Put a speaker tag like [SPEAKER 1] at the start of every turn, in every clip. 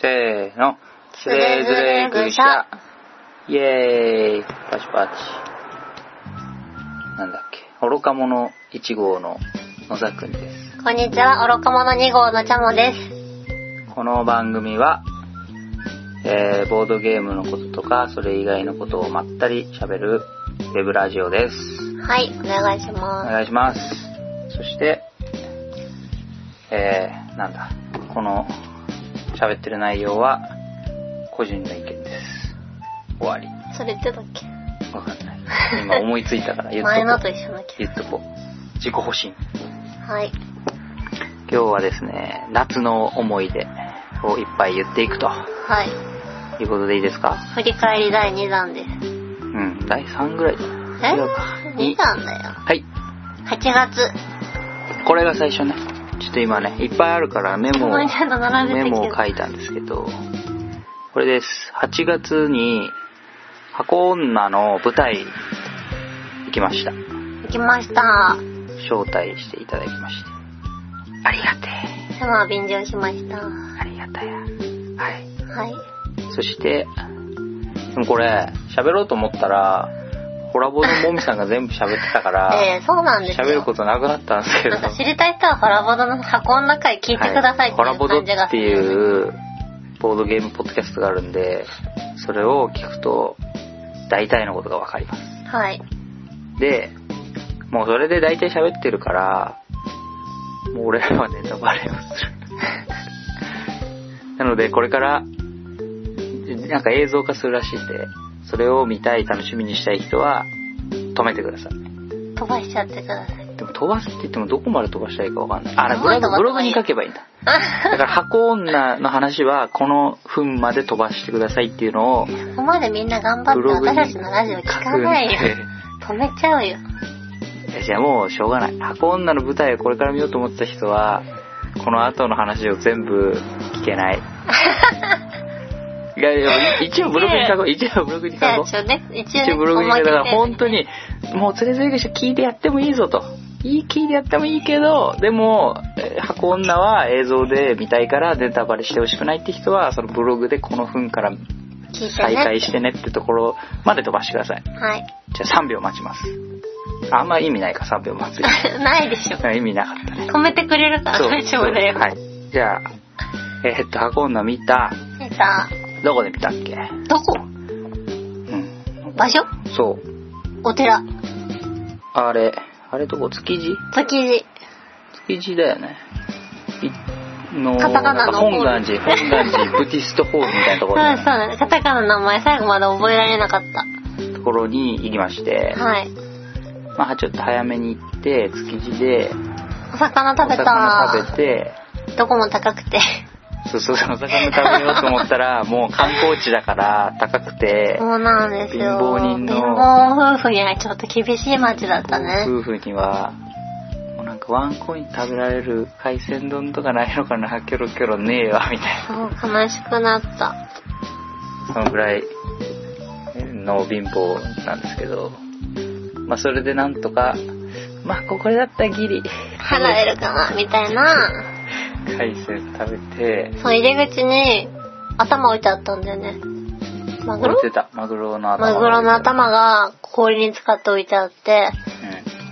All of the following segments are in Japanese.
[SPEAKER 1] せーの。つれづれぐしゃ。イエーイ。パチパチ。なんだっけ。愚か者1号の野田くんです。
[SPEAKER 2] こんにちは、愚か者2号のチャモです。
[SPEAKER 1] この番組は、えー、ボードゲームのこととか、それ以外のことをまったり喋るウェブラジオです。
[SPEAKER 2] はい、お願いし
[SPEAKER 1] お
[SPEAKER 2] ま
[SPEAKER 1] 願いします。そして、えー、なんだ。この喋ってる内容は、個人の意見です。終わり。
[SPEAKER 2] す。それ言ってたっけ
[SPEAKER 1] わかんない。今思いついたから言っ
[SPEAKER 2] 前の
[SPEAKER 1] と
[SPEAKER 2] と
[SPEAKER 1] こう。
[SPEAKER 2] 一緒なっけ
[SPEAKER 1] 言っとこう。自己保身。
[SPEAKER 2] はい。
[SPEAKER 1] 今日はですね、夏の思い出をいっぱい言っていくと
[SPEAKER 2] はい。
[SPEAKER 1] いうことでいいですか
[SPEAKER 2] 振り返り第2弾です。
[SPEAKER 1] うん、第3ぐらいだ
[SPEAKER 2] え
[SPEAKER 1] な。違うか。
[SPEAKER 2] ?2
[SPEAKER 1] に
[SPEAKER 2] 弾だよ。
[SPEAKER 1] はい。
[SPEAKER 2] 8月。
[SPEAKER 1] これが最初ね。ちょっと今ね、いっぱいあるからメモを、
[SPEAKER 2] もうちゃんと並べて
[SPEAKER 1] メ
[SPEAKER 2] きて
[SPEAKER 1] モを書いたんですけど、これです。8月に、箱女の舞台行きました。
[SPEAKER 2] 行きました。
[SPEAKER 1] 招待していただきまして。ありがてえ。
[SPEAKER 2] 妻は便乗しました。は
[SPEAKER 1] ありがたや。はい。
[SPEAKER 2] い。
[SPEAKER 1] そして、でもこれ、喋ろうと思ったら、ホラボのもみさんが全部喋ってたから、
[SPEAKER 2] えー、そうなんですよ。
[SPEAKER 1] 喋ることなくなったんですけ ど。
[SPEAKER 2] なんか知りたい人はホラボドの箱の中へ聞いてくださいって
[SPEAKER 1] はホラ
[SPEAKER 2] いう
[SPEAKER 1] ボドっ
[SPEAKER 2] 感じがす
[SPEAKER 1] て
[SPEAKER 2] る。
[SPEAKER 1] いう、ボードゲームポッドキャストがあるんで、それを聞くと、大体のことがわかります。
[SPEAKER 2] はい。
[SPEAKER 1] で、もうそれで大体喋ってるから、もう俺らはネタバレをす る。なので、これから、なんか映像化するらしいんで、それを見たい、楽しみにしたい人は、止めてください。
[SPEAKER 2] 飛ばしちゃってください。
[SPEAKER 1] でも飛ばすって言ってもどこまで飛ばしたらいいかわかんない。あ、だ
[SPEAKER 2] ど
[SPEAKER 1] か
[SPEAKER 2] こま
[SPEAKER 1] ら
[SPEAKER 2] で
[SPEAKER 1] ブロ
[SPEAKER 2] 飛
[SPEAKER 1] グ
[SPEAKER 2] ばせばいい
[SPEAKER 1] ブログに書けばいいんだ。だから箱女の話はこの分まで飛ばしてくださいっていうのを
[SPEAKER 2] ここ までみんな頑張って
[SPEAKER 1] ブログに
[SPEAKER 2] 私たちのラジオ聞かない
[SPEAKER 1] 書く
[SPEAKER 2] よ。
[SPEAKER 1] んで
[SPEAKER 2] 止めちゃうよ。
[SPEAKER 1] じゃあもうしょうがない。箱女の舞台をこれから見ようと思ってた人は、この後の話を全部聞け ない。いやいや、一応ブログに書こう。一応ブログに書
[SPEAKER 2] じゃ
[SPEAKER 1] こ
[SPEAKER 2] あ
[SPEAKER 1] う。
[SPEAKER 2] ちょっとね、一応
[SPEAKER 1] 一
[SPEAKER 2] ね、
[SPEAKER 1] 応ブログに書こう。だから本当
[SPEAKER 2] に。
[SPEAKER 1] に、もう連れ添い会社聞いてやってもいいぞと。いい聞いてやってもいいけど、でも、えー箱女は映像で見たいからネタバレしてほしくないって人は、そのブログでこの分から
[SPEAKER 2] 聞いて
[SPEAKER 1] 再開
[SPEAKER 2] ね。
[SPEAKER 1] してねってところまで飛ばしてください。
[SPEAKER 2] はい。
[SPEAKER 1] じゃあ3秒待ちます。あんま意味ないか3秒待つ。
[SPEAKER 2] ないでしょ。
[SPEAKER 1] 意味なかったね。
[SPEAKER 2] 止めてくれるから
[SPEAKER 1] そう
[SPEAKER 2] 大丈夫だよ。
[SPEAKER 1] はい。じゃあ、えーっと、箱女見た。
[SPEAKER 2] えっさ、
[SPEAKER 1] どこで見たっけ
[SPEAKER 2] どこ
[SPEAKER 1] うん。
[SPEAKER 2] 場所
[SPEAKER 1] そう。
[SPEAKER 2] お寺。
[SPEAKER 1] あれ、あれどこ築地
[SPEAKER 2] 築地。
[SPEAKER 1] 築地だよね。いの、
[SPEAKER 2] カタカナのホー
[SPEAKER 1] 本
[SPEAKER 2] ル
[SPEAKER 1] 願寺、本願 寺、ブティストホールみたいなと
[SPEAKER 2] そう
[SPEAKER 1] ころだ
[SPEAKER 2] だ
[SPEAKER 1] よ
[SPEAKER 2] そ
[SPEAKER 1] ね
[SPEAKER 2] うだね。カタカナの名前最後まで覚えられなかった。
[SPEAKER 1] ところに行きまして、
[SPEAKER 2] はい。
[SPEAKER 1] まあちょっと早めに行って、築地で、
[SPEAKER 2] お魚
[SPEAKER 1] お
[SPEAKER 2] 食べ
[SPEAKER 1] 魚食べ
[SPEAKER 2] た。
[SPEAKER 1] て、
[SPEAKER 2] どこも高くて。
[SPEAKER 1] そうそう、お魚食べようと思ったら、もう観光地だから高くて、
[SPEAKER 2] そうなんです
[SPEAKER 1] 貧
[SPEAKER 2] よ。
[SPEAKER 1] 乏人の
[SPEAKER 2] 貧乏夫婦にはちょっと厳しい街だったね。
[SPEAKER 1] 夫婦には、もうなんかワンコイン食べられる海鮮丼とかないのかな、キョロキョロねえわ、みたい
[SPEAKER 2] そう、悲しくなった。
[SPEAKER 1] な。そのぐらいの貧乏なんですけど、まあそれでなんとか、まあここだったらギリ、
[SPEAKER 2] 払えるかなみたいな。
[SPEAKER 1] 海鮮食べて、
[SPEAKER 2] そう、入り口に頭置いてあったんだよね。マグ
[SPEAKER 1] 置
[SPEAKER 2] ロ
[SPEAKER 1] いてた、マグロの頭。
[SPEAKER 2] マグロの。頭が氷に使って置いてあって、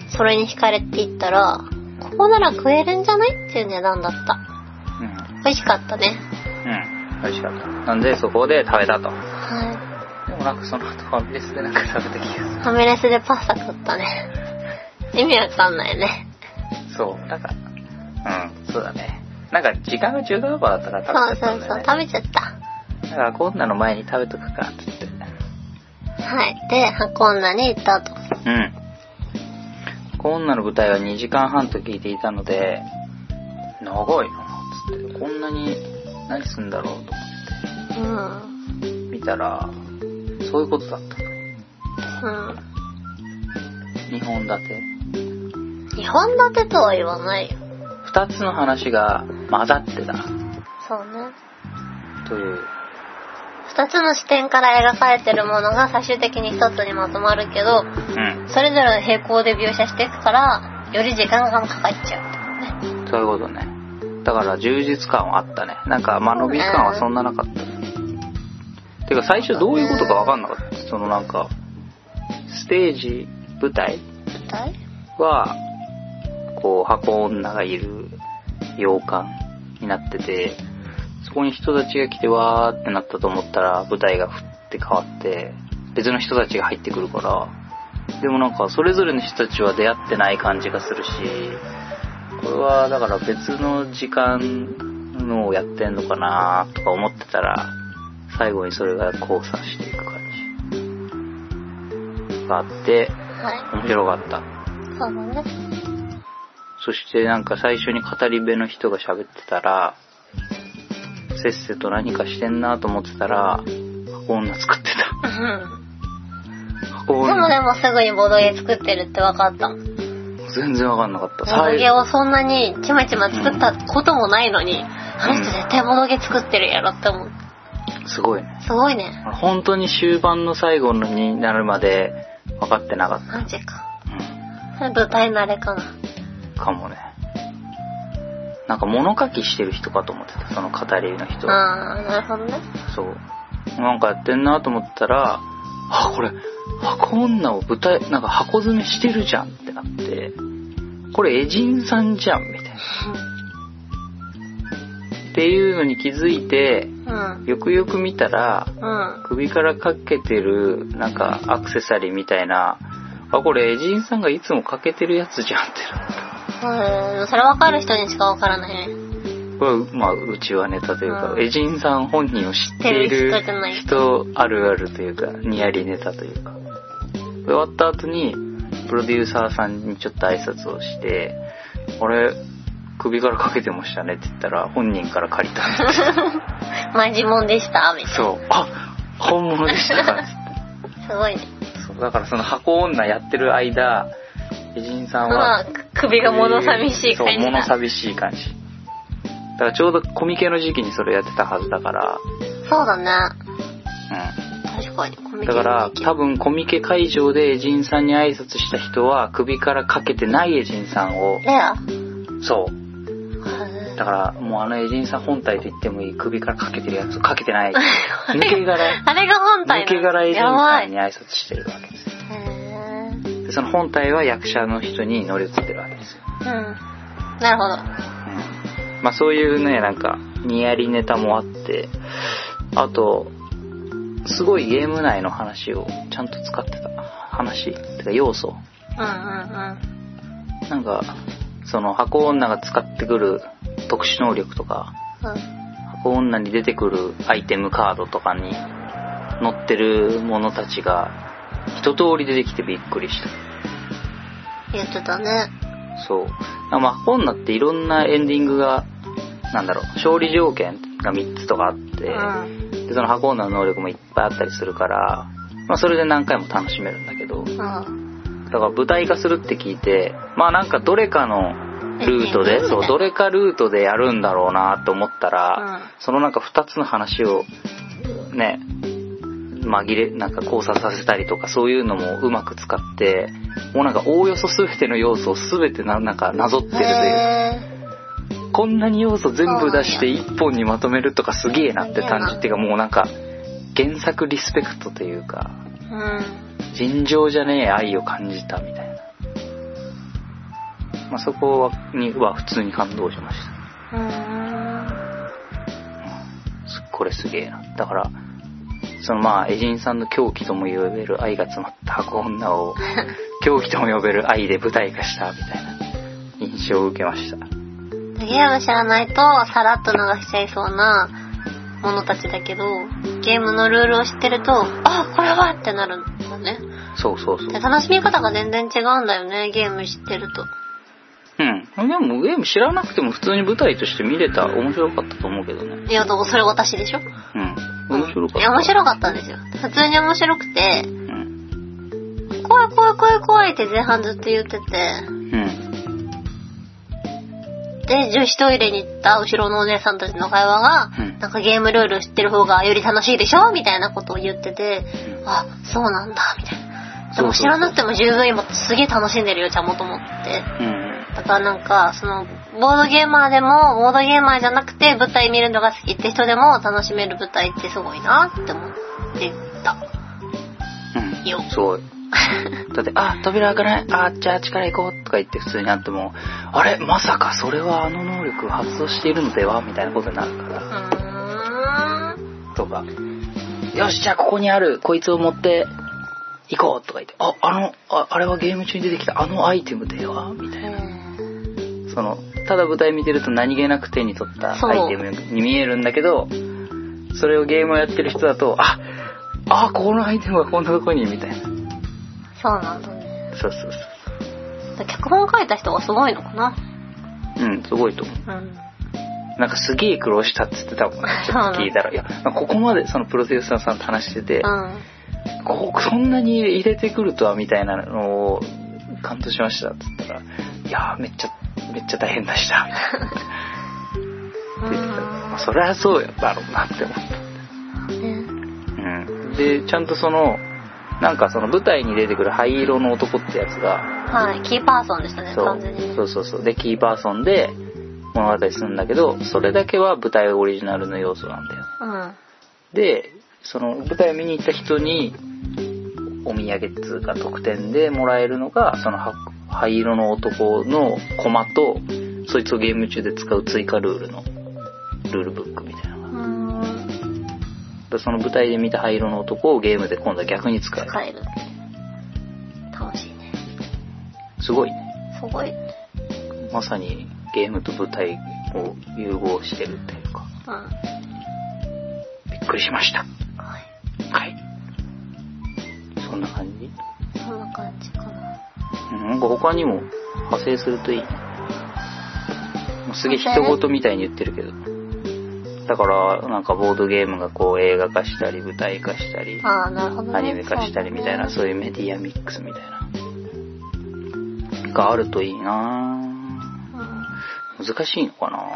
[SPEAKER 1] う
[SPEAKER 2] それに惹かれていったら、ここなら食えるんじゃないっていう値段だった。
[SPEAKER 1] ん。うん。
[SPEAKER 2] 美味しかったね。
[SPEAKER 1] うん。美味しかった。なんでそこで食べたと。
[SPEAKER 2] は
[SPEAKER 1] でもなんかその後ファミレスでなんか食べた気がする。
[SPEAKER 2] い。ファミレスでパスタ食ったね。 意味わかんないね。
[SPEAKER 1] そう、なんか、うん、そうだね。なんか時間が中途半端だったから
[SPEAKER 2] そう
[SPEAKER 1] 食べちゃっ
[SPEAKER 2] そ
[SPEAKER 1] たんだよ
[SPEAKER 2] うそう
[SPEAKER 1] ね。。
[SPEAKER 2] 食べちゃった。
[SPEAKER 1] だからこんなの前に食べとくか、つって。
[SPEAKER 2] はい。で、箱女に行ったと。
[SPEAKER 1] うん。こんなの舞台は2時間半と聞いていたので、長いな、つって。こんなに何すんだろうと思
[SPEAKER 2] うん。
[SPEAKER 1] って見たら、そういうことだった。
[SPEAKER 2] うん。
[SPEAKER 1] 2本立て。
[SPEAKER 2] 日本立てとは言わないよ。
[SPEAKER 1] 2つの話が混ざってた。
[SPEAKER 2] そうね。
[SPEAKER 1] という。
[SPEAKER 2] 二つの視点から描かれてるものが最終的に一つにまとまるけど、
[SPEAKER 1] うん。
[SPEAKER 2] それぞれの平行で描写していくから、より時間がかかっちゃうっていうね。
[SPEAKER 1] そういうことね。だから充実感はあったね。なんか間延び感はそんななかった。てか最初どういうことかわかんなかった。そのなんか、ステージ、舞台
[SPEAKER 2] 舞台
[SPEAKER 1] は、こう、箱女がいる洋館になってて、そこに人たちが来てわーってなったと思ったら、舞台がふって変わって、別の人たちが入ってくるから、でもなんか、それぞれの人たちは出会ってない感じがするし、これはだから別の時間のをやってんのかなーとか思ってたら、最後にそれが交差していく感じがあって、
[SPEAKER 2] はい。
[SPEAKER 1] 面白かった。
[SPEAKER 2] そうだね。
[SPEAKER 1] そしてなんか最初に語り部の人が喋ってたら、せっせと何かしてんなと思ってたら、箱女作って
[SPEAKER 2] うん
[SPEAKER 1] た。箱
[SPEAKER 2] でも
[SPEAKER 1] 女。
[SPEAKER 2] でもすぐにボドゲ作ってるって分かった。ボ
[SPEAKER 1] 全然わかんなかった。
[SPEAKER 2] ド
[SPEAKER 1] 最
[SPEAKER 2] ゲをそんなにちまちま作ったこともないのに、あの人絶対ボドゲ作ってるやろって思う。
[SPEAKER 1] すごいね。
[SPEAKER 2] すごいね。
[SPEAKER 1] 本当に終盤の最後のになるまで分かってなかっ
[SPEAKER 2] マジか。
[SPEAKER 1] た。う
[SPEAKER 2] それ舞台慣れかな。
[SPEAKER 1] ん。かもね。なんか物書きしてる人かと思ってた、その語り部の人。
[SPEAKER 2] あー、なるほどね。
[SPEAKER 1] そう。なんかやってんなと思ったら、あ、これ、箱女を舞台、なんか箱詰めしてるじゃんってなって、これ、エジンさんじゃんみたいな。っていうのに気づいて、
[SPEAKER 2] うん。
[SPEAKER 1] よくよく見たら、
[SPEAKER 2] うん。
[SPEAKER 1] 首からかけてる、なんか、アクセサリーみたいな、あ、これ、エジンさんがいつもかけてるやつじゃんってなった。
[SPEAKER 2] うん、それ分かる人にしか分からないね。
[SPEAKER 1] これ、まあ、うちはネタというか、
[SPEAKER 2] うん
[SPEAKER 1] エジンさん本人を知っている
[SPEAKER 2] 知ってる人じゃない
[SPEAKER 1] 人あるあるというか、ニヤリネタというか。終わった後に、プロデューサーさんにちょっと挨拶をして、俺、首からかけてましたねって言ったら、本人から借りた んで
[SPEAKER 2] マジモンでした、みたい
[SPEAKER 1] そう、あ本物でしたかっつって
[SPEAKER 2] な。すごいね。
[SPEAKER 1] そうだからその箱女やってる間、エジンさん
[SPEAKER 2] ま
[SPEAKER 1] は
[SPEAKER 2] あ、、首が物寂しい感じ
[SPEAKER 1] そう、物
[SPEAKER 2] だ。
[SPEAKER 1] 寂しい感じ。だからちょうどコミケの時期にそれやってたはずだから、
[SPEAKER 2] そうだね。
[SPEAKER 1] うん。
[SPEAKER 2] 確かに。コミュニケ
[SPEAKER 1] だから多分コミケ会場でエジンさんに挨拶した人は首からかけてないエジンさんを
[SPEAKER 2] レア
[SPEAKER 1] そうだからもうあのエジンさん本体と言ってもいい首からかけてるやつかけてない抜け殻
[SPEAKER 2] あれが本体
[SPEAKER 1] 抜け殻エジン
[SPEAKER 2] やば
[SPEAKER 1] さん
[SPEAKER 2] い。へ
[SPEAKER 1] に挨拶してるわけです
[SPEAKER 2] ーうん。
[SPEAKER 1] でその本体は役者の人に乗り移ってるわけですよ、
[SPEAKER 2] なるほど。
[SPEAKER 1] うんまあそういうねなんかニヤリネタもあってあとすごいゲーム内の話をちゃんと使ってた話てか要素
[SPEAKER 2] うんうんうん。
[SPEAKER 1] なんか、その箱女が使ってくる特殊能力とか、
[SPEAKER 2] うん
[SPEAKER 1] 箱女に出てくるアイテムカードとかに載ってるものたちが一通り出てきてびっくりした。
[SPEAKER 2] 言ってたね。
[SPEAKER 1] そう。まあ、箱女っていろんなエンディングが、なんだろう、勝利条件が3つとかあって、
[SPEAKER 2] うん。
[SPEAKER 1] でその箱女の能力もいっぱいあったりするから、まあ、それで何回も楽しめるんだけど、
[SPEAKER 2] うん。
[SPEAKER 1] だから舞台化するって聞いて、まあなんかどれかのルート
[SPEAKER 2] うん
[SPEAKER 1] で、そう、どれかルートでやるんだろうなと思ったら、
[SPEAKER 2] う
[SPEAKER 1] そのなんか二つの話を、ね、紛れ、なんか交差させたりとかそういうのもうまく使って、もうなんかおおよそ全ての要素を全てななんかなぞってる
[SPEAKER 2] ん。
[SPEAKER 1] という、
[SPEAKER 2] へ
[SPEAKER 1] こんなに要素全部出して一本にまとめるとかすげえなって感
[SPEAKER 2] すげえな
[SPEAKER 1] じっていうかもうなんか原作リスペクトというか、
[SPEAKER 2] ーうん。
[SPEAKER 1] 尋常じゃねえ愛を感じたみたいな、まあ、そこはには普通に感動しまし
[SPEAKER 2] うーん。
[SPEAKER 1] たすこれすげえなだからそのまあエジンさんの狂気とも呼べる愛が詰まった箱女 を狂気とも呼べる愛で舞台化したみたいな印象を受けました
[SPEAKER 2] ゲーム知らないとさらっと流しちゃいそうなものたちだけど、ゲームのルールを知ってると、あ、これはってなるんだね。
[SPEAKER 1] そうそうそう
[SPEAKER 2] で楽しみ方が全然違うんだよね、ゲーム知ってると。
[SPEAKER 1] うんでもゲーム知らなくても普通に舞台として見れた面白かったと思うけどね
[SPEAKER 2] いや、だからそれ私でしょ
[SPEAKER 1] うん面白かった
[SPEAKER 2] いや、面白かったんですよ。普通に面白くて、
[SPEAKER 1] うん
[SPEAKER 2] 怖い怖い怖い怖いって前半ずっと言ってて、
[SPEAKER 1] うん
[SPEAKER 2] で、女子トイレに行った後ろのお姉さんたちの会話が、
[SPEAKER 1] うん
[SPEAKER 2] なんかゲームルール知ってる方がより楽しいでしょみたいなことを言ってて、あ、そうなんだ、みたいな。でも知らなくても十分今すげえ楽しんでるよ、ちゃんもと思って。
[SPEAKER 1] うん
[SPEAKER 2] だからなんか、その、ボードゲーマーでも、ボードゲーマーじゃなくて舞台見るのが好きって人でも楽しめる舞台ってすごいなって思ってた。
[SPEAKER 1] うん。
[SPEAKER 2] よ
[SPEAKER 1] すごい。だって、あ、扉開かない、あ、じゃああっちから行こうとか言って普通になっても、あれ、まさかそれはあの能力発動しているのではみたいなことになるから。
[SPEAKER 2] うーん。
[SPEAKER 1] とか、よし、じゃあここにある、こいつを持って行こうとか言って、あ、あの、ああれはゲーム中に出てきたあのアイテムではみたいな。その、ただ舞台見てると何気なく手に取った
[SPEAKER 2] そう
[SPEAKER 1] アイテムに見えるんだけど、それをゲームをやってる人だと、あ、あ、このアイテムがこんなとこに、みたいな。
[SPEAKER 2] そうなんだね。
[SPEAKER 1] そうそう
[SPEAKER 2] 脚本書いた人がすごいのかな。
[SPEAKER 1] そう。うん、すごいと思う。
[SPEAKER 2] うん。
[SPEAKER 1] なんかすげえ苦労したって言ってたもんね。ちょっと聞いたら。いや、ここまでそのプロデューサーさんと話してて、
[SPEAKER 2] うん。
[SPEAKER 1] こそんなに入れてくるとはみたいなのを感動しましたって言ったら「いやーめっちゃめっちゃ大変でした」みたいなって
[SPEAKER 2] う
[SPEAKER 1] 言ってたまあ
[SPEAKER 2] ん
[SPEAKER 1] そりゃそうだろうなって思った、
[SPEAKER 2] ね
[SPEAKER 1] うん、でちゃんとそのなんかその舞台に出てくる灰色の男ってやつが
[SPEAKER 2] はい、キーパーソンでしたね、
[SPEAKER 1] そ
[SPEAKER 2] 完
[SPEAKER 1] う
[SPEAKER 2] 全にね。
[SPEAKER 1] そうそうそうでキーパーソンで物語するんだけどそれだけは舞台オリジナルの要素なんだよ
[SPEAKER 2] うん。
[SPEAKER 1] でその舞台を見に行った人にお土産っていうか特典でもらえるのがそのは灰色の男のコマとそいつをゲーム中で使う追加ルールのルールブックみたいなのが
[SPEAKER 2] うーん。
[SPEAKER 1] でその舞台で見た灰色の男をゲームで今度は逆に使える
[SPEAKER 2] 使える。楽しいね。
[SPEAKER 1] すごいね
[SPEAKER 2] すごい。
[SPEAKER 1] まさにゲームと舞台を融合してるっていうか
[SPEAKER 2] うん。は
[SPEAKER 1] びっくりしました
[SPEAKER 2] い。
[SPEAKER 1] はいそんな感じ
[SPEAKER 2] そんな感じかな。
[SPEAKER 1] うんなんか他にも派生するといいねもうすげえ人事みたいに言ってるけどだからなんかボードゲームがこう映画化したり舞台化したり
[SPEAKER 2] ああ、なるほどね。
[SPEAKER 1] アニメ化したりみたいな
[SPEAKER 2] そう
[SPEAKER 1] そういうメディアミックスみたいながあるといいな
[SPEAKER 2] だね
[SPEAKER 1] 難しいのかな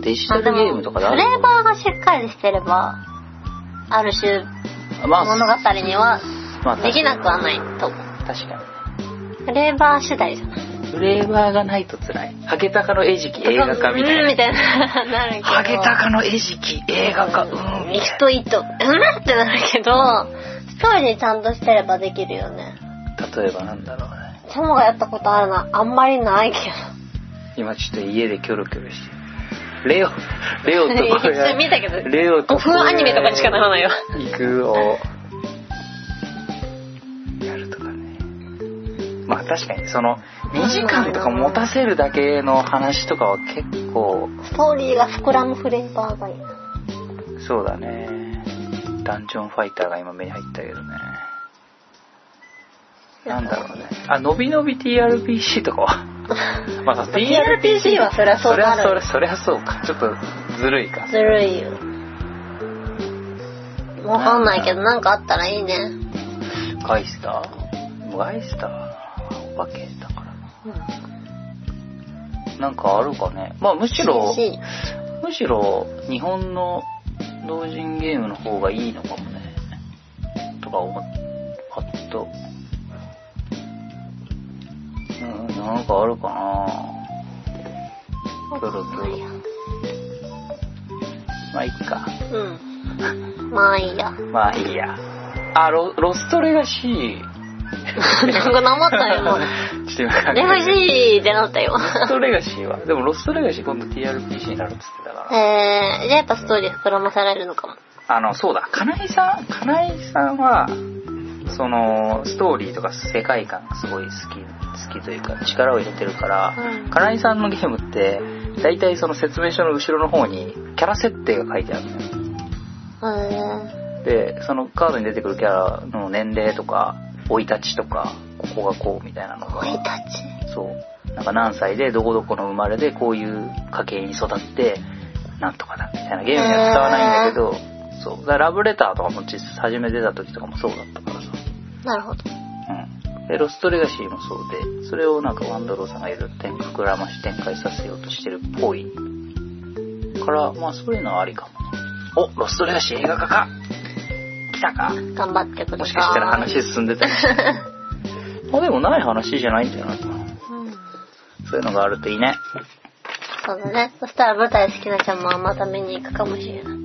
[SPEAKER 1] デジタ
[SPEAKER 2] あで
[SPEAKER 1] ル
[SPEAKER 2] も
[SPEAKER 1] ゲームとかであ
[SPEAKER 2] フ
[SPEAKER 1] る
[SPEAKER 2] レーバーがしっかりしてれば、ある種、
[SPEAKER 1] ま
[SPEAKER 2] 物
[SPEAKER 1] あ、
[SPEAKER 2] 語には
[SPEAKER 1] まあ、
[SPEAKER 2] できなくは
[SPEAKER 1] な
[SPEAKER 2] ないと思う。
[SPEAKER 1] 確かに
[SPEAKER 2] フレーバー次第じゃない。
[SPEAKER 1] フレーバーがないと辛い。ハゲタカの餌食映画化みたい
[SPEAKER 2] うん、み
[SPEAKER 1] な。
[SPEAKER 2] たいな、 なるけど。
[SPEAKER 1] ハゲタカの餌食映画化、うん、みたい
[SPEAKER 2] 一糸、うんってなるけど、ストーリーちゃんとしてればできるよね。
[SPEAKER 1] な。例えばなんだろうね。
[SPEAKER 2] チョモがやったことあるのはあんまりないけ
[SPEAKER 1] 今ちょっと家でキョロキョロしてる。レオ、レオとこ
[SPEAKER 2] いや見たけど
[SPEAKER 1] レオと
[SPEAKER 2] ど。5分アニメとかにしかならないよ。
[SPEAKER 1] 行くを、やるとかね。まあ確かにその、2時間とか持たせるだけの話とかは結構、
[SPEAKER 2] ストーリーが膨らむフレーバーがいいな。
[SPEAKER 1] そうだね。ダンジョンファイターが今目に入ったけどね。なんだろうね。あ、のびのび TRPC とかはまあさ
[SPEAKER 2] TRPC はそりゃそう
[SPEAKER 1] そり
[SPEAKER 2] な
[SPEAKER 1] ゃ
[SPEAKER 2] る
[SPEAKER 1] そりゃそりゃそうか。ちょっとずるいか。
[SPEAKER 2] ずるいよ。わかんないけど、なんかあったらいいね。
[SPEAKER 1] ガイスターガイスターはお化けだからな。なんかあるかね。まあむしろ、
[SPEAKER 2] し
[SPEAKER 1] むしろ日本の同人ゲームの方がいいのかもね。とか思っパッと。うん、なんかあるかなキョロキョロ。まあいっか。
[SPEAKER 2] うん。まあいいや。
[SPEAKER 1] まあいいや。あ、ロロストレガシー。
[SPEAKER 2] なんかなまったよ。もう
[SPEAKER 1] ちょっと今考えて
[SPEAKER 2] レフジーってなった よ。
[SPEAKER 1] ロストレガシーは。でもロストレガシー今度 TRPC になるっつってたから。
[SPEAKER 2] えー、じゃあやっぱストーリー膨らませられるのかも。
[SPEAKER 1] あの、そうだ、金井さん、金井さんは、その、ストーリーとか世界観がすごい好き、好きというか、力を入れてるから、
[SPEAKER 2] うん
[SPEAKER 1] 金井さんのゲームって、大体その説明書の後ろの方に、キャラ設定が書いてあるのよ。
[SPEAKER 2] え
[SPEAKER 1] で、そのカードに出てくるキャラの年齢とか、生い立ちとか、ここがこうみたいなの
[SPEAKER 2] ー、おい
[SPEAKER 1] が、
[SPEAKER 2] たち。
[SPEAKER 1] そう、なんか何歳でどこどこの生まれでこういう家系に育って、なんとかだみたいなゲームには使わないんだけど、そう、だからラブレターとかも実際初め出た時とかもそうだったからさ。
[SPEAKER 2] なるほど。
[SPEAKER 1] うん。で、ロストレガシーもそうで、それをなんかワンドローさんがいろいろ展膨らまし展開させようとしてるっぽい。から、まあそういうのはありかもね。お、ロストレガシー映画化か来たか
[SPEAKER 2] 頑張ってください。
[SPEAKER 1] もしかしたら話進んでたりして。まあでもない話じゃないんじゃないかな。
[SPEAKER 2] うん。
[SPEAKER 1] そういうのがあるといいね。
[SPEAKER 2] そうだね。そしたら舞台好きなちゃんもまた見に行くかもしれない。
[SPEAKER 1] う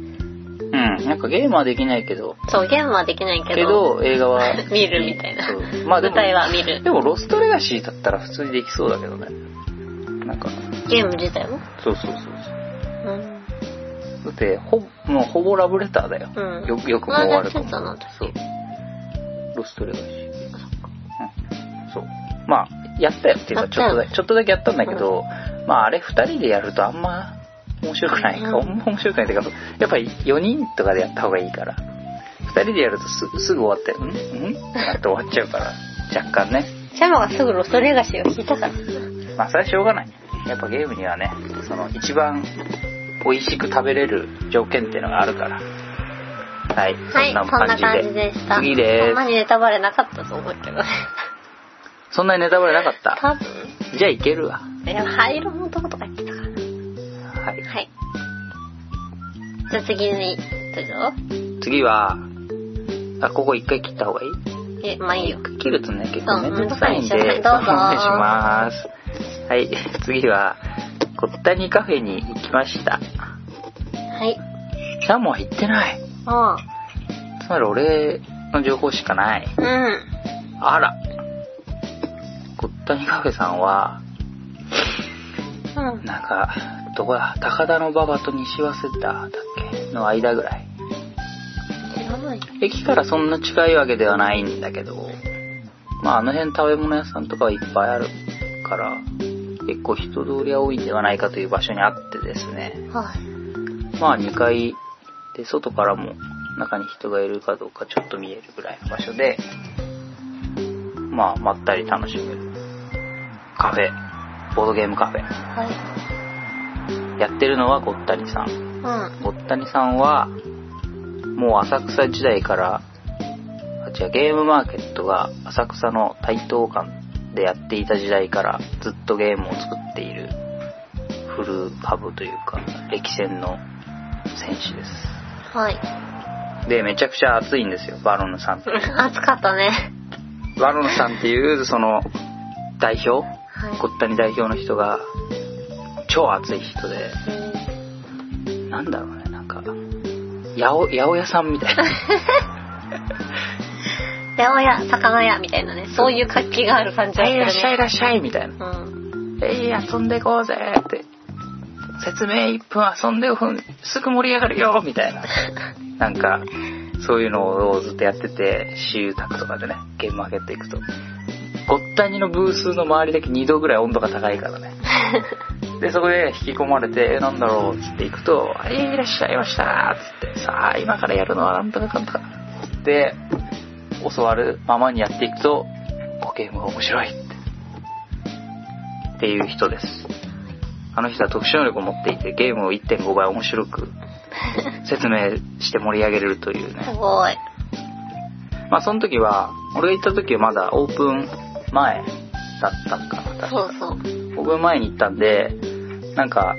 [SPEAKER 1] ん。なんかゲームはできないけど、
[SPEAKER 2] そう、ゲームはできないけ
[SPEAKER 1] け
[SPEAKER 2] ど、
[SPEAKER 1] ど映画は
[SPEAKER 2] 見るみたいな
[SPEAKER 1] そうまあで
[SPEAKER 2] 舞
[SPEAKER 1] も
[SPEAKER 2] 台は見る。
[SPEAKER 1] でもロストレガシーだったら普通にできそうだけどね。なんか、
[SPEAKER 2] ゲーム自体も
[SPEAKER 1] そうそうそうそう
[SPEAKER 2] うん。。
[SPEAKER 1] だって、ほ、もうほぼラブレターだよ。
[SPEAKER 2] うん
[SPEAKER 1] よく、よくも終わると思う。
[SPEAKER 2] まあねち
[SPEAKER 1] そ
[SPEAKER 2] ょ
[SPEAKER 1] う
[SPEAKER 2] っとな。
[SPEAKER 1] ロストレガシー。うんそう。まあ、やったよっていうか、ちょっとだけ、ちょっとだけやったんだけど、まああれ二人でやるとあんま面白くないか、
[SPEAKER 2] うん
[SPEAKER 1] あんま面白くないっていうか、やっぱり4人とかでやった方がいいから、二人でやるとすすぐ終わって、んんってなって終わっちゃうから、若干ね。
[SPEAKER 2] シャマがすぐロストレガシーを引いたから。
[SPEAKER 1] まあそれはしょうがない。やっぱゲームにはね、その一番美味しく食べれる条件っていうのがあるから。はい、
[SPEAKER 2] はい、そんな感じでした。
[SPEAKER 1] 次で
[SPEAKER 2] そん
[SPEAKER 1] す
[SPEAKER 2] な。にネタバレなかったと思うけどね。
[SPEAKER 1] そんなにネタバレなかった
[SPEAKER 2] 多分。
[SPEAKER 1] じゃあいけるわ。
[SPEAKER 2] いや、灰色の男とか言ってたから。
[SPEAKER 1] はい。
[SPEAKER 2] はい。じゃあ次に、どうぞ。
[SPEAKER 1] 次は、あ、ここ一回切った方がいい
[SPEAKER 2] え、まあいいよ。
[SPEAKER 1] 切るとね、結構
[SPEAKER 2] う
[SPEAKER 1] め
[SPEAKER 2] ん
[SPEAKER 1] んどくさいんで、お
[SPEAKER 2] め
[SPEAKER 1] 願
[SPEAKER 2] ん
[SPEAKER 1] いし
[SPEAKER 2] どくさいでしょどうぞ
[SPEAKER 1] ます。はい、次は、こったにカフェに行きました。
[SPEAKER 2] はい。
[SPEAKER 1] シャモは行ってない。
[SPEAKER 2] も
[SPEAKER 1] つまり俺の情報しかない。
[SPEAKER 2] う、うん。
[SPEAKER 1] あら。こったにカフェさんは、
[SPEAKER 2] うん。
[SPEAKER 1] なんか、どこだ、高田の馬場と西早稲田だっけの間ぐらい。
[SPEAKER 2] 知らない。
[SPEAKER 1] 駅からそんな近いわけではないんだけど、まああの辺食べ物屋さんとかはいっぱいあるから、結構人通りは多いんではないかという場所にあってですね、
[SPEAKER 2] はい。
[SPEAKER 1] まあ2階で外からも中に人がいるかどうかちょっと見えるぐらいの場所で、まあまったり楽しめるカフェ、ボードゲームカフェ。
[SPEAKER 2] は
[SPEAKER 1] やってるのはごったりさん。
[SPEAKER 2] い。うん。
[SPEAKER 1] ごったにさんは、もう浅草時代から、あ、違う、ゲームマーケットが浅草の台東館でやっていた時代からずっとゲームを作っている古株というか、歴戦の戦士です。
[SPEAKER 2] はい。
[SPEAKER 1] で、めちゃくちゃ熱いんですよ、バロヌさんって。
[SPEAKER 2] 暑かったね。
[SPEAKER 1] バロヌさんっていう、その、代表、
[SPEAKER 2] はい。
[SPEAKER 1] ごったに代表の人が、超熱い人で、
[SPEAKER 2] うん
[SPEAKER 1] なんだろうね、なんか、八百八百屋さんみたいな。
[SPEAKER 2] 八百屋、魚屋みたいなね、そういう活気がある感じだっ
[SPEAKER 1] はい、い
[SPEAKER 2] たよ
[SPEAKER 1] らっしゃいいらっしゃ
[SPEAKER 2] ね。
[SPEAKER 1] いみたいな。
[SPEAKER 2] うん。
[SPEAKER 1] えい、遊んでこうぜって。説明1分、遊んで5分、すぐ盛り上がるよみたいな。なんか、そういうのをずっとやってて、私有宅とかでね、ゲームマーケット行くと。ごったにのブースの周りだけ2度ぐらい温度が高いからね。で、そこで引き込まれて、えなんだろうっつって行くと、えい、いらっしゃいましたっつって、さあ、今からやるのはなんとかかんとか。で、教わるままにやっていくと、こゲームが面白いって。っていう人です。あの人は特殊能力を持っていて、ゲームを1.5倍面白く説明して盛り上げれるという
[SPEAKER 2] す
[SPEAKER 1] ね。
[SPEAKER 2] ごい。
[SPEAKER 1] まあその時は、俺が行った時はまだオープン前だったのかな。確か
[SPEAKER 2] そうそう。
[SPEAKER 1] オープン前に行ったんで、なんか、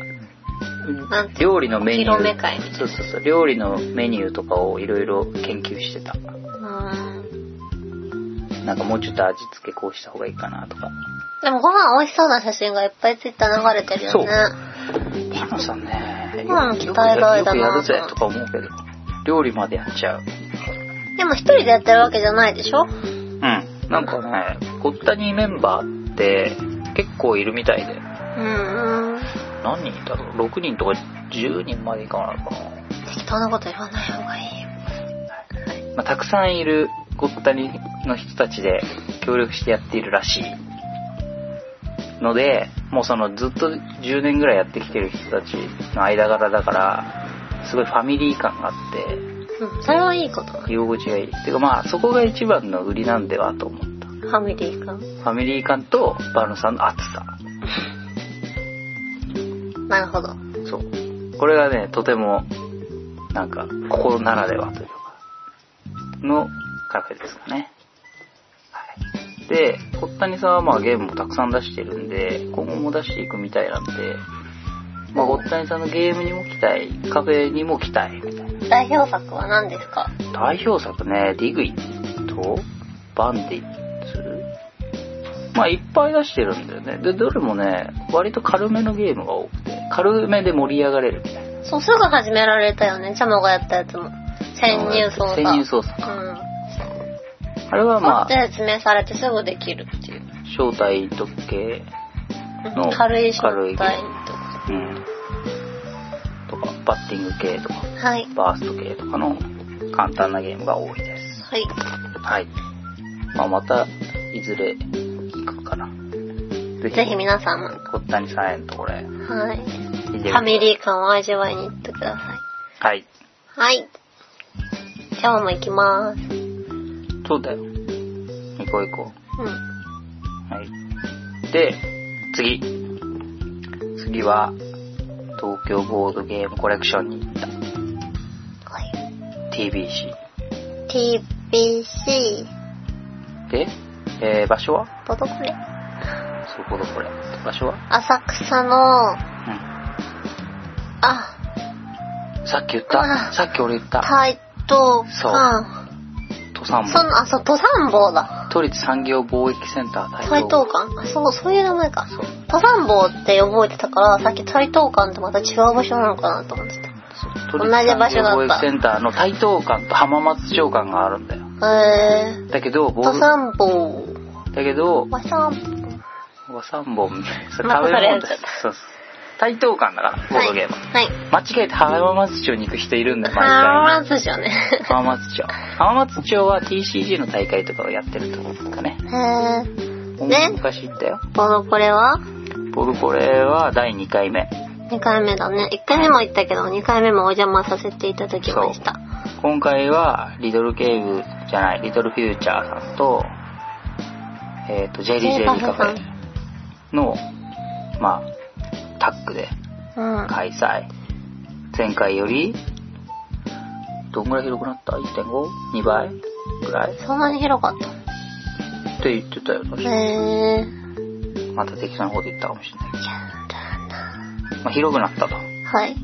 [SPEAKER 2] なんて
[SPEAKER 1] 料理のメニュー。
[SPEAKER 2] 広め会みたい
[SPEAKER 1] そうそうそう、料理のメニューとかをいろいろ研究してた。
[SPEAKER 2] うん。
[SPEAKER 1] なんかもうちょっと味付けこうした方がいいかなとか。
[SPEAKER 2] でもご飯美味しそうな写真がいっぱいツイッター流れてるよね。
[SPEAKER 1] パナさんね、
[SPEAKER 2] うん
[SPEAKER 1] よく
[SPEAKER 2] 鍛えられ
[SPEAKER 1] よ
[SPEAKER 2] た
[SPEAKER 1] く
[SPEAKER 2] な
[SPEAKER 1] やるぜとか思うけど、料理までやっちゃう。
[SPEAKER 2] でも一人でやってるわけじゃないでしょ
[SPEAKER 1] うん。なんかね、ごったにメンバーって結構いるみたいで、
[SPEAKER 2] うんうん。
[SPEAKER 1] 何人いたろう ?6 人とか10人までいかないかな。
[SPEAKER 2] 適当なこと言わない方がいいよ。
[SPEAKER 1] まあ、たくさんいるごったにの人たちで協力してやっているらしいのでもうそのずっと10年ぐらいやってきてる人たちの間柄だからすごいファミリー感があって
[SPEAKER 2] うん、それはいいことだ。
[SPEAKER 1] 居心地がいいっていうかまあそこが一番の売りなんではと思った
[SPEAKER 2] ファミリー感。
[SPEAKER 1] ファミリー感とバルさんの熱さ
[SPEAKER 2] なるほど。
[SPEAKER 1] そうこれがねとてもなんか心ならではというかのカフェですかねはいで小谷さんはまあゲームもたくさん出してるんで今後も出していくみたいなんでまあ小谷さんのゲームにも期待カフェにも期待みたいな
[SPEAKER 2] 代表作は何ですか
[SPEAKER 1] 代表作ねディグイとバンディッツまあいっぱい出してるんだよね。で、どれもね、割と軽めのゲームが多くて、軽めで盛り上がれるみたいな。
[SPEAKER 2] そう、すぐ始められたよね。チャモがやったやつも。潜入捜査。
[SPEAKER 1] 潜入操作。
[SPEAKER 2] うん。
[SPEAKER 1] あれはまあ、
[SPEAKER 2] で説明されてすぐできるっていう。
[SPEAKER 1] 正体特系、の
[SPEAKER 2] 軽い状
[SPEAKER 1] 軽い
[SPEAKER 2] 態とか。
[SPEAKER 1] うん、とか、バッティング系とか、
[SPEAKER 2] はい。
[SPEAKER 1] バースト系とかの簡単なゲームが多いです。
[SPEAKER 2] はい。
[SPEAKER 1] はい。まあまた、いずれ行くかな。ぜ
[SPEAKER 2] ぜひ皆さんも。
[SPEAKER 1] 小谷さんへのところへ。フ
[SPEAKER 2] はい。ファミリー感を味わいに行ってください。
[SPEAKER 1] はい。
[SPEAKER 2] はい。今日も行きます。
[SPEAKER 1] そうだよ。行こう行こ
[SPEAKER 2] うん。
[SPEAKER 1] う。はい。で、次。次は、東京ボードゲームコレクションに行った
[SPEAKER 2] はい。
[SPEAKER 1] TBC。
[SPEAKER 2] TBC。
[SPEAKER 1] で、えー、場所は
[SPEAKER 2] どどこれ
[SPEAKER 1] そこどこれ。場所は
[SPEAKER 2] 浅草の、
[SPEAKER 1] う
[SPEAKER 2] あ、
[SPEAKER 1] ん。さっき言っ
[SPEAKER 2] あ
[SPEAKER 1] た。
[SPEAKER 2] ー
[SPEAKER 1] さっき俺言った。
[SPEAKER 2] 台東館。
[SPEAKER 1] 都産
[SPEAKER 2] そ
[SPEAKER 1] 部。
[SPEAKER 2] の、あ、そう、登山坊だ。
[SPEAKER 1] 都立産業貿易センター
[SPEAKER 2] 台東館。あ、そう、そういう名前か。
[SPEAKER 1] そう。
[SPEAKER 2] 登山坊って覚えてたから、さっき台東館とまた違う場所なのかなと思ってた。
[SPEAKER 1] そう
[SPEAKER 2] 同じ場所だ
[SPEAKER 1] 都
[SPEAKER 2] った
[SPEAKER 1] 立産業貿易センターの台東館と浜松町館があるんだよ。
[SPEAKER 2] へえー。
[SPEAKER 1] だけど、ボー
[SPEAKER 2] 登
[SPEAKER 1] ド
[SPEAKER 2] 山坊。
[SPEAKER 1] だけど、
[SPEAKER 2] 和山
[SPEAKER 1] 和三 本みたいな。それ
[SPEAKER 2] ま
[SPEAKER 1] 食
[SPEAKER 2] た
[SPEAKER 1] べ
[SPEAKER 2] それや
[SPEAKER 1] 物
[SPEAKER 2] っちゃ
[SPEAKER 1] だ
[SPEAKER 2] っ
[SPEAKER 1] よ
[SPEAKER 2] た。
[SPEAKER 1] そうそう。台東館だから、ボードゲーム。
[SPEAKER 2] はい。
[SPEAKER 1] 間違えて浜松町に行く人いるんだよ、毎
[SPEAKER 2] ハーマ
[SPEAKER 1] 回。
[SPEAKER 2] ンスよね。
[SPEAKER 1] 浜松町。浜松町は TCG の大会とかをやってるとこですかね。
[SPEAKER 2] へえ。ね
[SPEAKER 1] 昔行ったよ。
[SPEAKER 2] このこれは
[SPEAKER 1] ボルコレは第2回目。
[SPEAKER 2] 2回目だね。1回目も行ったけど、2回目もお邪魔させていただきました。
[SPEAKER 1] 今回は、リトルケイブじゃない、リトルフューチャーさんと、えっ、と、ジェリージェリーカフェの、まあ、タッグで
[SPEAKER 2] うん。
[SPEAKER 1] 開催。前回より、どんぐらい広くなった ?1.5?2 倍ぐらいっ
[SPEAKER 2] そんなに広かった。
[SPEAKER 1] て言ってたよ、確か
[SPEAKER 2] へえ。
[SPEAKER 1] また適当な方で言ったかもしれないけど。まあ、広くなったと。
[SPEAKER 2] はい。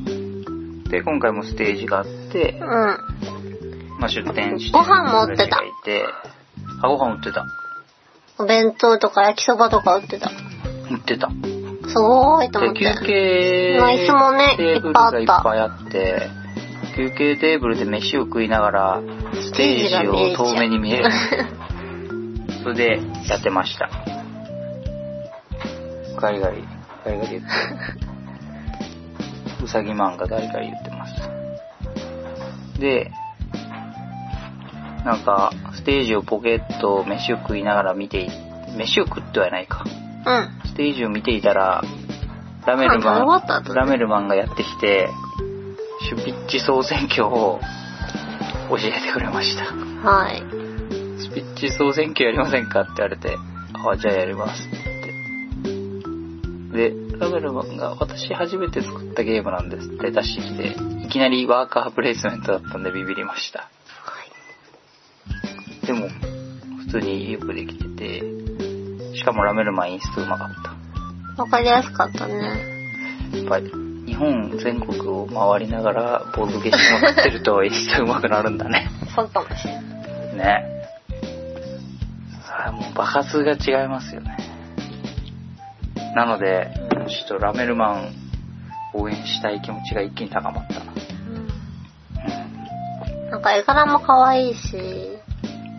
[SPEAKER 1] で、今回もステージがあって
[SPEAKER 2] う、ん。
[SPEAKER 1] まあ、出店して。
[SPEAKER 2] ご飯も売ってた
[SPEAKER 1] いて、あ、ご飯売ってた。
[SPEAKER 2] お弁当とか焼きそばとか売ってた。
[SPEAKER 1] 売ってた。
[SPEAKER 2] すごーいと思
[SPEAKER 1] で
[SPEAKER 2] って。
[SPEAKER 1] 休憩
[SPEAKER 2] まあ椅子もね
[SPEAKER 1] テーブルがいっぱいあって休憩テーブルで飯を食いながらステージを遠目に見 えるそれでやってましたガリガリガリガリ言ってるうさぎマンがガリガリ言ってますでなんかステージをポケット飯を食いながら見てい飯を食ってはないか
[SPEAKER 2] うん。
[SPEAKER 1] ステージを見ていたら、ラメルマ
[SPEAKER 2] あ終わった後
[SPEAKER 1] ン、
[SPEAKER 2] ね
[SPEAKER 1] ラメルマンがやってきて、シュピッチ総選挙を教えてくれました。
[SPEAKER 2] はい。
[SPEAKER 1] シュピッチ総選挙やりませんかって言われて、あ、じゃあやりますって。で、ラメルマンが私初めて作ったゲームなんですって出してきて、いきなりワーカープレイスメントだったんでビビりました。でも、普通によくできてて、しかもラメルマンインストうまかった。
[SPEAKER 2] わかりやすかったね。
[SPEAKER 1] やっぱり日本全国を回りながらボードゲームをやってると演出上手くなるんだね。
[SPEAKER 2] そうかもしれな い。
[SPEAKER 1] ね。あもう爆発が違いますよね。なので、ちょっとラメルマン応援したい気持ちが一気に高まったな。
[SPEAKER 2] うんなんか絵柄も可愛いし。
[SPEAKER 1] うん、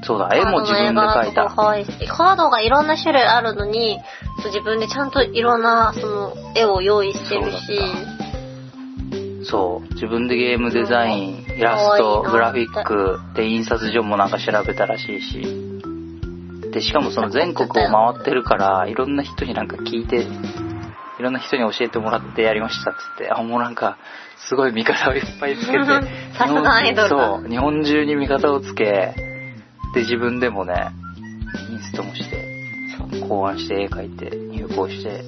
[SPEAKER 1] そうだ、絵も自分で描い
[SPEAKER 2] カードの絵柄とか可
[SPEAKER 1] た。
[SPEAKER 2] 愛いしカードがいろんな種類あるのに、そう自分でちゃんといろんな、その、絵を用意してるし、
[SPEAKER 1] そうだそう、自分でゲームデザイン、イラスト、
[SPEAKER 2] 可
[SPEAKER 1] グラフ
[SPEAKER 2] 愛い
[SPEAKER 1] ィ
[SPEAKER 2] な
[SPEAKER 1] ッ
[SPEAKER 2] って、
[SPEAKER 1] ク、で、印刷所もなんか調べたらしいし。で、しかもその全国を回ってるから、いろんな人になんか聞いて、いろんな人に教えてもらってやりましたっつって、あ、もうなんか、すごい味方をいっぱいつけて
[SPEAKER 2] さすがアイドルだ
[SPEAKER 1] そう、日本中に味方をつけ、で、自分でもね、インストもして、考案して絵描いて、入稿して、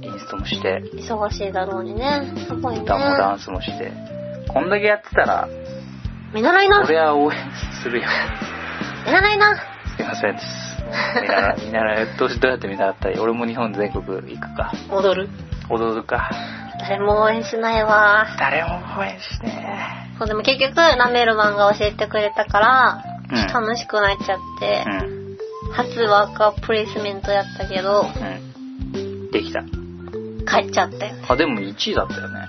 [SPEAKER 1] インストもして、
[SPEAKER 2] 忙しいだろうにね。すごいね。
[SPEAKER 1] 歌もダンスもして、こんだけやってたら、
[SPEAKER 2] 見習いな
[SPEAKER 1] 俺。は応援するよ。
[SPEAKER 2] 見習いな。
[SPEAKER 1] すいませんです。見習 い、見習い、どうしどうやって見習ったらいい俺も日本全国行くか。
[SPEAKER 2] 踊る。
[SPEAKER 1] 踊るか。
[SPEAKER 2] 誰も応援しないわ。
[SPEAKER 1] 誰も応援しね
[SPEAKER 2] そう、でも結局、ラメルマンが教えてくれたから、
[SPEAKER 1] うん
[SPEAKER 2] 楽しくなっちゃって
[SPEAKER 1] え。、うん。
[SPEAKER 2] 初ワーカープレイスメントやったけど、
[SPEAKER 1] うん。できた。
[SPEAKER 2] 帰っちゃったよね。
[SPEAKER 1] あ、でも1位だったよね。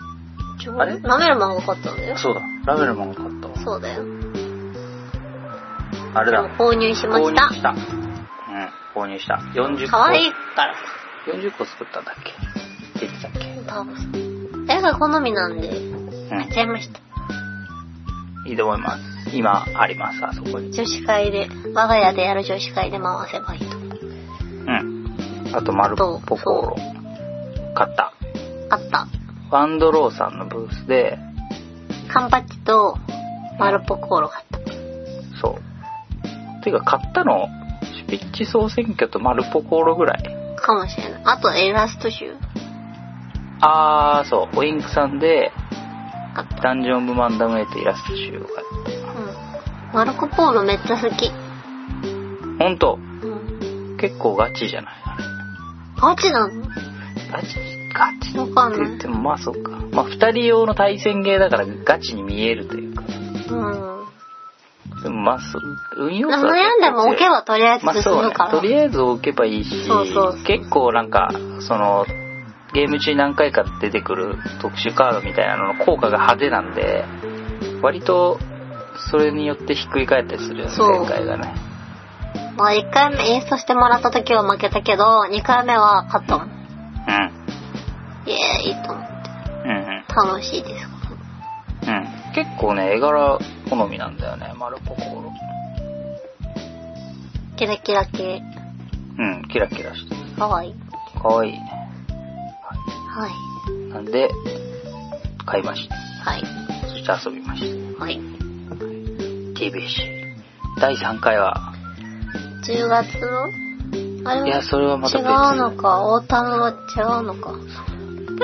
[SPEAKER 1] あれ
[SPEAKER 2] 舐める漫画買ったんだよ。
[SPEAKER 1] そうだ。ラベルマンが買ったわ。
[SPEAKER 2] そうだよ。
[SPEAKER 1] あれだ。
[SPEAKER 2] 購入しま
[SPEAKER 1] 購入
[SPEAKER 2] した。
[SPEAKER 1] した。うん、購入した。40個。
[SPEAKER 2] かわいいからさ。
[SPEAKER 1] 40個作ったんだっけ出てたっけ
[SPEAKER 2] 多分。絵が好みなんで、買っちゃいました。
[SPEAKER 1] うん。いいと思います。今、あります、あそこに。
[SPEAKER 2] 女子会で、我が家でやる女子会で回せばいいと。
[SPEAKER 1] うん。あと、マルポコーロ。買った。
[SPEAKER 2] あった。
[SPEAKER 1] ワンドローさんのブースで、
[SPEAKER 2] カンパチと、マルポコーロ買った。
[SPEAKER 1] そう。ていうか、買ったの、シュピッチ総選挙とマルポコーロぐらい。
[SPEAKER 2] かもしれない。あと、イラスト集。
[SPEAKER 1] あー、そう。オインクさんで、
[SPEAKER 2] あった。
[SPEAKER 1] ダンジョン・オブ・マンダムエイトイラスト集を買っ
[SPEAKER 2] うん。マルコポーロめっちゃ好き。
[SPEAKER 1] た。ほんと、
[SPEAKER 2] うん。
[SPEAKER 1] 結構ガチじゃないあれ。
[SPEAKER 2] ガチなの
[SPEAKER 1] ガチ、ガチ
[SPEAKER 2] わかん
[SPEAKER 1] って
[SPEAKER 2] な
[SPEAKER 1] 言
[SPEAKER 2] い
[SPEAKER 1] っ。ても、まあそっか。まあ二人用の対戦ゲーだからガチに見えるというか。
[SPEAKER 2] うん。
[SPEAKER 1] でもまあそ、運用
[SPEAKER 2] 悩んでも置けばとりあえず
[SPEAKER 1] まあ
[SPEAKER 2] 進
[SPEAKER 1] そう
[SPEAKER 2] む
[SPEAKER 1] ね
[SPEAKER 2] か。ら。
[SPEAKER 1] とりあえず置けばいいし、
[SPEAKER 2] そうそうそう
[SPEAKER 1] 結構なんか、その、ゲーム中に何回か出てくる特殊カードみたいなのの効果が派手なんで、割と、それによってひっくり返ったりするよね、
[SPEAKER 2] そう
[SPEAKER 1] 前回がね。
[SPEAKER 2] まあ1回目インストしてもらった時は負けたけど、2回目は勝ったもん。
[SPEAKER 1] うん。
[SPEAKER 2] イエーイと思って。
[SPEAKER 1] うんうん。
[SPEAKER 2] 楽しいです。
[SPEAKER 1] うん。結構ね、絵柄好みなんだよね、マルポコーロ。
[SPEAKER 2] キラキラ系。
[SPEAKER 1] うん、キラキラしてる。
[SPEAKER 2] かわいい。
[SPEAKER 1] かわいいね。
[SPEAKER 2] はい。
[SPEAKER 1] なんで、買いました。
[SPEAKER 2] はい。
[SPEAKER 1] そして遊びました。
[SPEAKER 2] はい。
[SPEAKER 1] TBC。第3回は、
[SPEAKER 2] 10月のあれはい
[SPEAKER 1] や、それはまた
[SPEAKER 2] 違
[SPEAKER 1] 別
[SPEAKER 2] う
[SPEAKER 1] に。
[SPEAKER 2] のか。オータムは違うのか。プ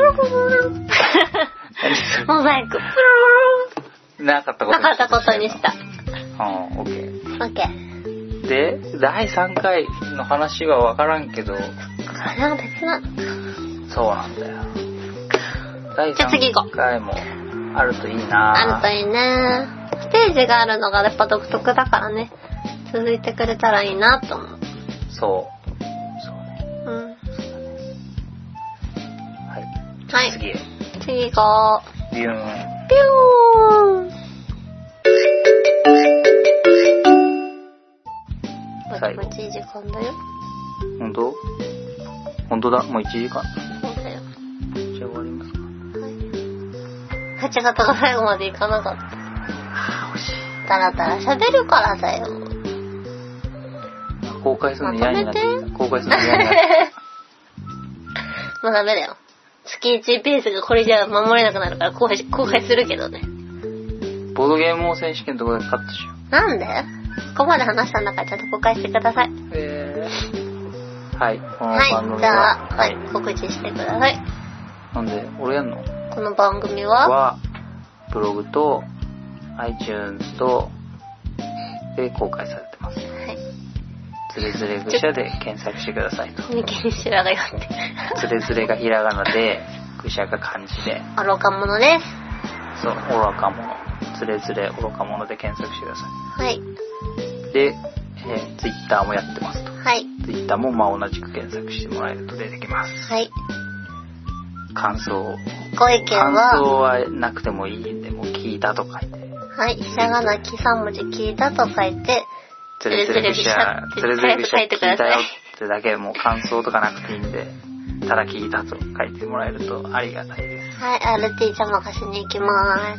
[SPEAKER 2] ルプルプルモザイク。プル
[SPEAKER 1] なかった
[SPEAKER 2] プル
[SPEAKER 1] こ
[SPEAKER 2] な
[SPEAKER 1] と
[SPEAKER 2] かったことにした。
[SPEAKER 1] うん、オッケ
[SPEAKER 2] オッケー。
[SPEAKER 1] ー。で、第3回の話はわからんけど、
[SPEAKER 2] あ、なんか別なのか。
[SPEAKER 1] そうなんだよ。第
[SPEAKER 2] じゃあ次行こ
[SPEAKER 1] 3回もあるといいな
[SPEAKER 2] あるといいね。ステージがあるのがやっぱ独特だからね。続いてくれたらいいなと思う。
[SPEAKER 1] そう。そうね。
[SPEAKER 2] うん。
[SPEAKER 1] はい。
[SPEAKER 2] はい
[SPEAKER 1] 次へ。
[SPEAKER 2] 次行こう。
[SPEAKER 1] ビューン。
[SPEAKER 2] ピューンまち
[SPEAKER 1] 最後
[SPEAKER 2] まちいい時間だよ。
[SPEAKER 1] 本当本当だ、もう1時間。
[SPEAKER 2] そうだよ。
[SPEAKER 1] じゃあ終わりますか。
[SPEAKER 2] 勝ち方が最後までいかなかった。
[SPEAKER 1] ああ、惜し
[SPEAKER 2] だらだら喋るからだよ。
[SPEAKER 1] い。公開するの嫌になって
[SPEAKER 2] まとめ
[SPEAKER 1] きた。公開 するの嫌になって
[SPEAKER 2] もうダメだよ。月1ペースがこれじゃ守れなくなるから後悔、後悔するけどね。
[SPEAKER 1] き た。ボードゲーム王選手権とかで勝ったしよ
[SPEAKER 2] なんでここまで話したんだからちゃんと公開してください。
[SPEAKER 1] う。えー。はい、この番
[SPEAKER 2] はい、
[SPEAKER 1] 組
[SPEAKER 2] じ
[SPEAKER 1] は。
[SPEAKER 2] ゃあ、はい、告知してください。
[SPEAKER 1] なんで、俺やんの
[SPEAKER 2] この番組は、
[SPEAKER 1] は、ブログと、iTunes と、で公開されてます。
[SPEAKER 2] はい、
[SPEAKER 1] つれづれ愚者で検索してくださいと。
[SPEAKER 2] 三木白がやって、
[SPEAKER 1] つれづれがひらがなで、愚者が漢字で、
[SPEAKER 2] 愚か者です。
[SPEAKER 1] そう、愚か者。つれづれ愚か者で検索してください。
[SPEAKER 2] はい、
[SPEAKER 1] で、えー、Twitter もやってますと。
[SPEAKER 2] はい、
[SPEAKER 1] Twitter もまあ同じく検索してもらえると出てきます。
[SPEAKER 2] はい。
[SPEAKER 1] 感想。
[SPEAKER 2] ご意見
[SPEAKER 1] 感
[SPEAKER 2] は、
[SPEAKER 1] 想はなくてもいいんで、もう聞いたと書いて。
[SPEAKER 2] はい、ひらがなき3文字聞いたと書いて、
[SPEAKER 1] つれつれぐしゃ、つ
[SPEAKER 2] つ
[SPEAKER 1] れつ
[SPEAKER 2] れづ
[SPEAKER 1] れ
[SPEAKER 2] れ
[SPEAKER 1] ぐ
[SPEAKER 2] ぐ
[SPEAKER 1] し
[SPEAKER 2] し
[SPEAKER 1] ゃ聞
[SPEAKER 2] ゃ聞
[SPEAKER 1] い
[SPEAKER 2] い
[SPEAKER 1] た
[SPEAKER 2] てください
[SPEAKER 1] よってだけ、もう感想とかなくていいんで、ただ聞いたと書いてもらえるとありがたいで
[SPEAKER 2] はい、RT ちゃん任せに行きま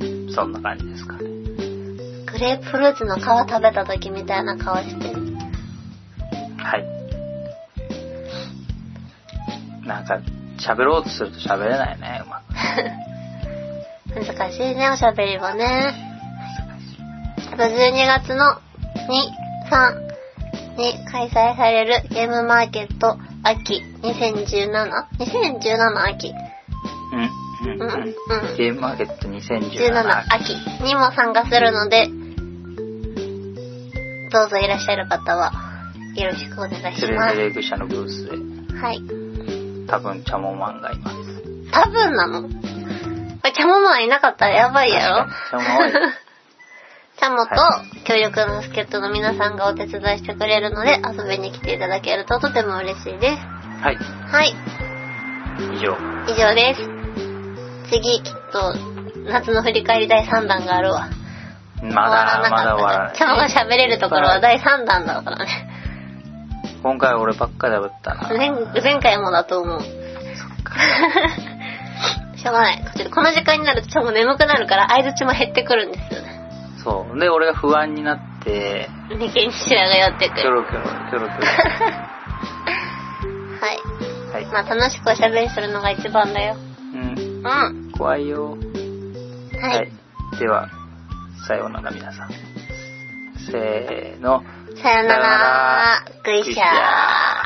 [SPEAKER 2] す。
[SPEAKER 1] す。そんな感じですかね。
[SPEAKER 2] グレープフルーツの皮食べた時みたいな顔してる。
[SPEAKER 1] はい。なんか、喋ろうとすると喋れないね、うまく。
[SPEAKER 2] 難しいね、おしゃべりはね。あと12月の2、3に開催されるゲームマーケット秋 2017?2017 秋。
[SPEAKER 1] うん、うん、
[SPEAKER 2] うん
[SPEAKER 1] う。
[SPEAKER 2] うんん
[SPEAKER 1] ゲームマーケット
[SPEAKER 2] 17
[SPEAKER 1] 2017。
[SPEAKER 2] 秋にも参加するので、どうぞいらっしゃる方は、よろしくお願い
[SPEAKER 1] つ
[SPEAKER 2] し
[SPEAKER 1] れ
[SPEAKER 2] ま
[SPEAKER 1] づ
[SPEAKER 2] す。
[SPEAKER 1] れぐしゃのブースで、
[SPEAKER 2] はい。
[SPEAKER 1] 多分チャモマンがいます。
[SPEAKER 2] 多分なのこれ、キャモマンいなかったらやばいやろ。
[SPEAKER 1] 確かにキャモマンはいる
[SPEAKER 2] タ モと
[SPEAKER 1] は
[SPEAKER 2] 協力の助っ人の皆さんがお手伝いしてくれるので遊びに来ていただけるととても嬉しいです。
[SPEAKER 1] はい。
[SPEAKER 2] はい、
[SPEAKER 1] 以上。
[SPEAKER 2] 以上です。次、きっと、夏の振り返り第3弾があるわ。
[SPEAKER 1] まだ、まだ終わらない。
[SPEAKER 2] チャモが喋れるところは第3弾だからね。
[SPEAKER 1] 今回俺ばっかだったな。
[SPEAKER 2] 前前回もだと思う。 しょうがない。ちょっとこの時間になるとチャモ眠くなるから相槌も減ってくるんですよね。
[SPEAKER 1] そう。で、俺が不安になって、
[SPEAKER 2] ね、現地白が寄ってく
[SPEAKER 1] キョ
[SPEAKER 2] る。
[SPEAKER 1] ロキョロ、キョロキョ
[SPEAKER 2] はい。
[SPEAKER 1] ロ。はい。
[SPEAKER 2] まあ楽しくおしゃべりするのが一番だよ。
[SPEAKER 1] うん。
[SPEAKER 2] うん。は
[SPEAKER 1] 怖いよ。
[SPEAKER 2] い。
[SPEAKER 1] はい。では、さようなら皆さん。せーの。
[SPEAKER 2] さよなら。グイシャー。